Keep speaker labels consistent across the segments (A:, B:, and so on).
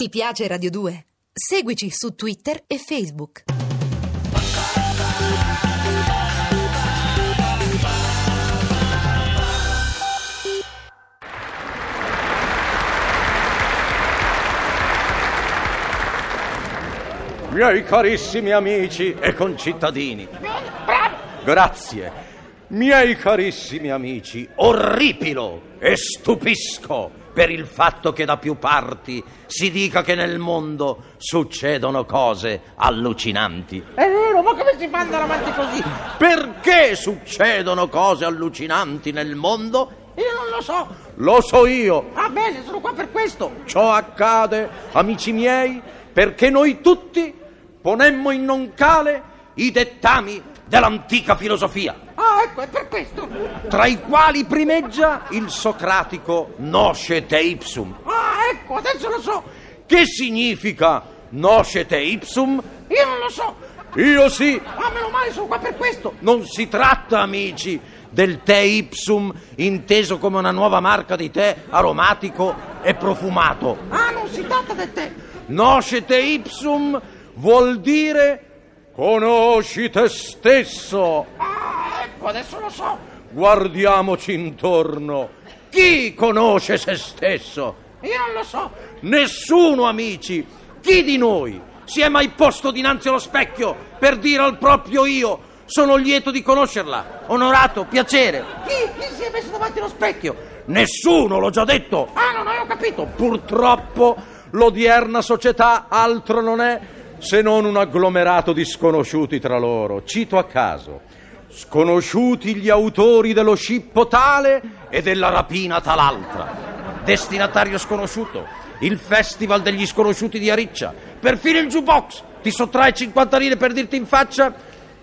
A: Ti piace Radio 2? Seguici su Twitter e Facebook.
B: Miei carissimi amici e concittadini, grazie. Miei carissimi amici, orripilo e stupisco per il fatto che da più parti si dica che nel mondo succedono cose allucinanti.
C: È vero, ma come si fa ad andare avanti così?
B: Perché succedono cose allucinanti nel mondo?
C: Io non lo so.
B: Lo so io.
C: Ah, bene, sono qua per questo.
B: Ciò accade, amici miei, perché noi tutti ponemmo in noncale i dettami dell'antica filosofia.
C: Ah, ecco, è per questo.
B: tra i quali primeggia il socratico noscete ipsum,
C: Ah, ecco, adesso lo so.
B: che significa noscete ipsum?
C: Io non lo so.
B: Io sì,
C: Ah, meno male, sono qua per questo.
B: non si tratta, amici, del tè ipsum inteso come una nuova marca di tè aromatico e profumato.
C: Ah, non si tratta di te.
B: Noscete ipsum vuol dire conosci te stesso.
C: Ah, ecco, adesso lo so.
B: Guardiamoci intorno. Chi conosce se stesso?
C: Io non lo so.
B: Nessuno, amici, chi di noi si è mai posto dinanzi allo specchio per dire al proprio io sono lieto di conoscerla, onorato, piacere?
C: Chi, chi si è messo davanti allo specchio?
B: Nessuno, l'ho già detto.
C: Ah, non avevo capito.
B: Purtroppo l'odierna società altro non è se non un agglomerato di sconosciuti tra loro. Cito a caso. Sconosciuti gli autori dello scippo tale e della rapina tal'altra. Destinatario sconosciuto, il festival degli sconosciuti di Ariccia. Perfino il jukebox ti sottrae 50 lire per dirti in faccia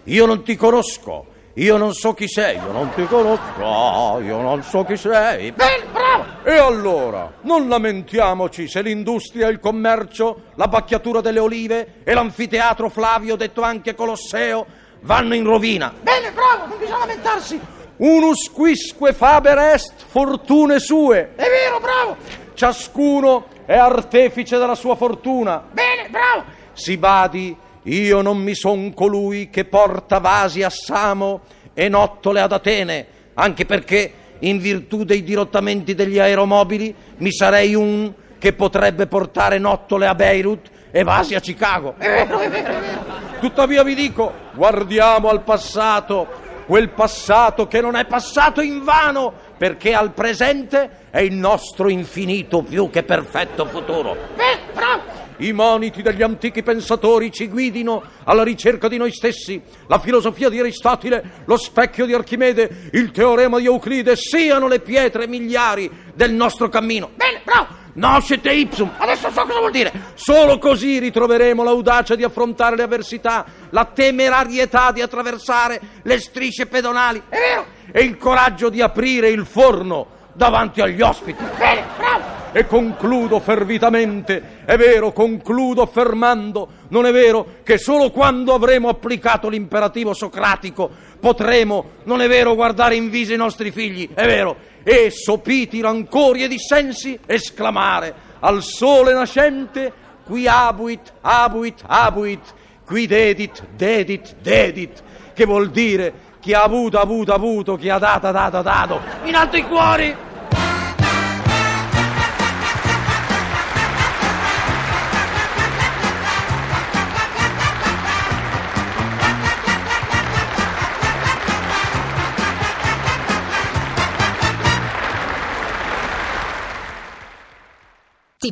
B: io non ti conosco, io non so chi sei, io non ti conosco, io non so chi sei.
C: Bene, bravo.
B: E allora, non lamentiamoci se l'industria, il commercio, la bacchiatura delle olive e l'anfiteatro Flavio, detto anche Colosseo, vanno in rovina.
C: Bene, bravo, non bisogna lamentarsi.
B: Unus quisque faber est fortune sue.
C: È vero, bravo.
B: Ciascuno è artefice della sua fortuna.
C: Bene, bravo.
B: Si badi, io non mi son colui che porta vasi a Samo e nottole ad Atene, anche perché in virtù dei dirottamenti degli aeromobili mi sarei un che potrebbe portare nottole a Beirut e vasi a Chicago.
C: È vero, è vero, è vero.
B: Tuttavia vi dico, guardiamo al passato, quel passato che non è passato in vano, perché al presente è il nostro infinito più che perfetto futuro.
C: Bene, bravo.
B: I moniti degli antichi pensatori ci guidino alla ricerca di noi stessi. La filosofia di Aristotele, lo specchio di Archimede, il teorema di Euclide siano le pietre miliari del nostro cammino.
C: Bene, bravo.
B: Noscete ipsum,
C: Adesso so cosa vuol dire.
B: Solo così ritroveremo l'audacia di affrontare le avversità, la temerarietà di attraversare le strisce pedonali
C: È vero.
B: e il coraggio di aprire il forno davanti agli ospiti.
C: Bene, bravo.
B: E concludo fervitamente, è vero, concludo fermando, non è vero che solo quando avremo applicato l'imperativo socratico potremo, non è vero, guardare in viso i nostri figli, è vero, e sopiti rancori e dissensi esclamare al sole nascente qui abuit, abuit, abuit, qui dedit, dedit, dedit, che vuol dire chi ha avuto, avuto, avuto, chi ha data, data, dato, in alto i cuori!
A: Ti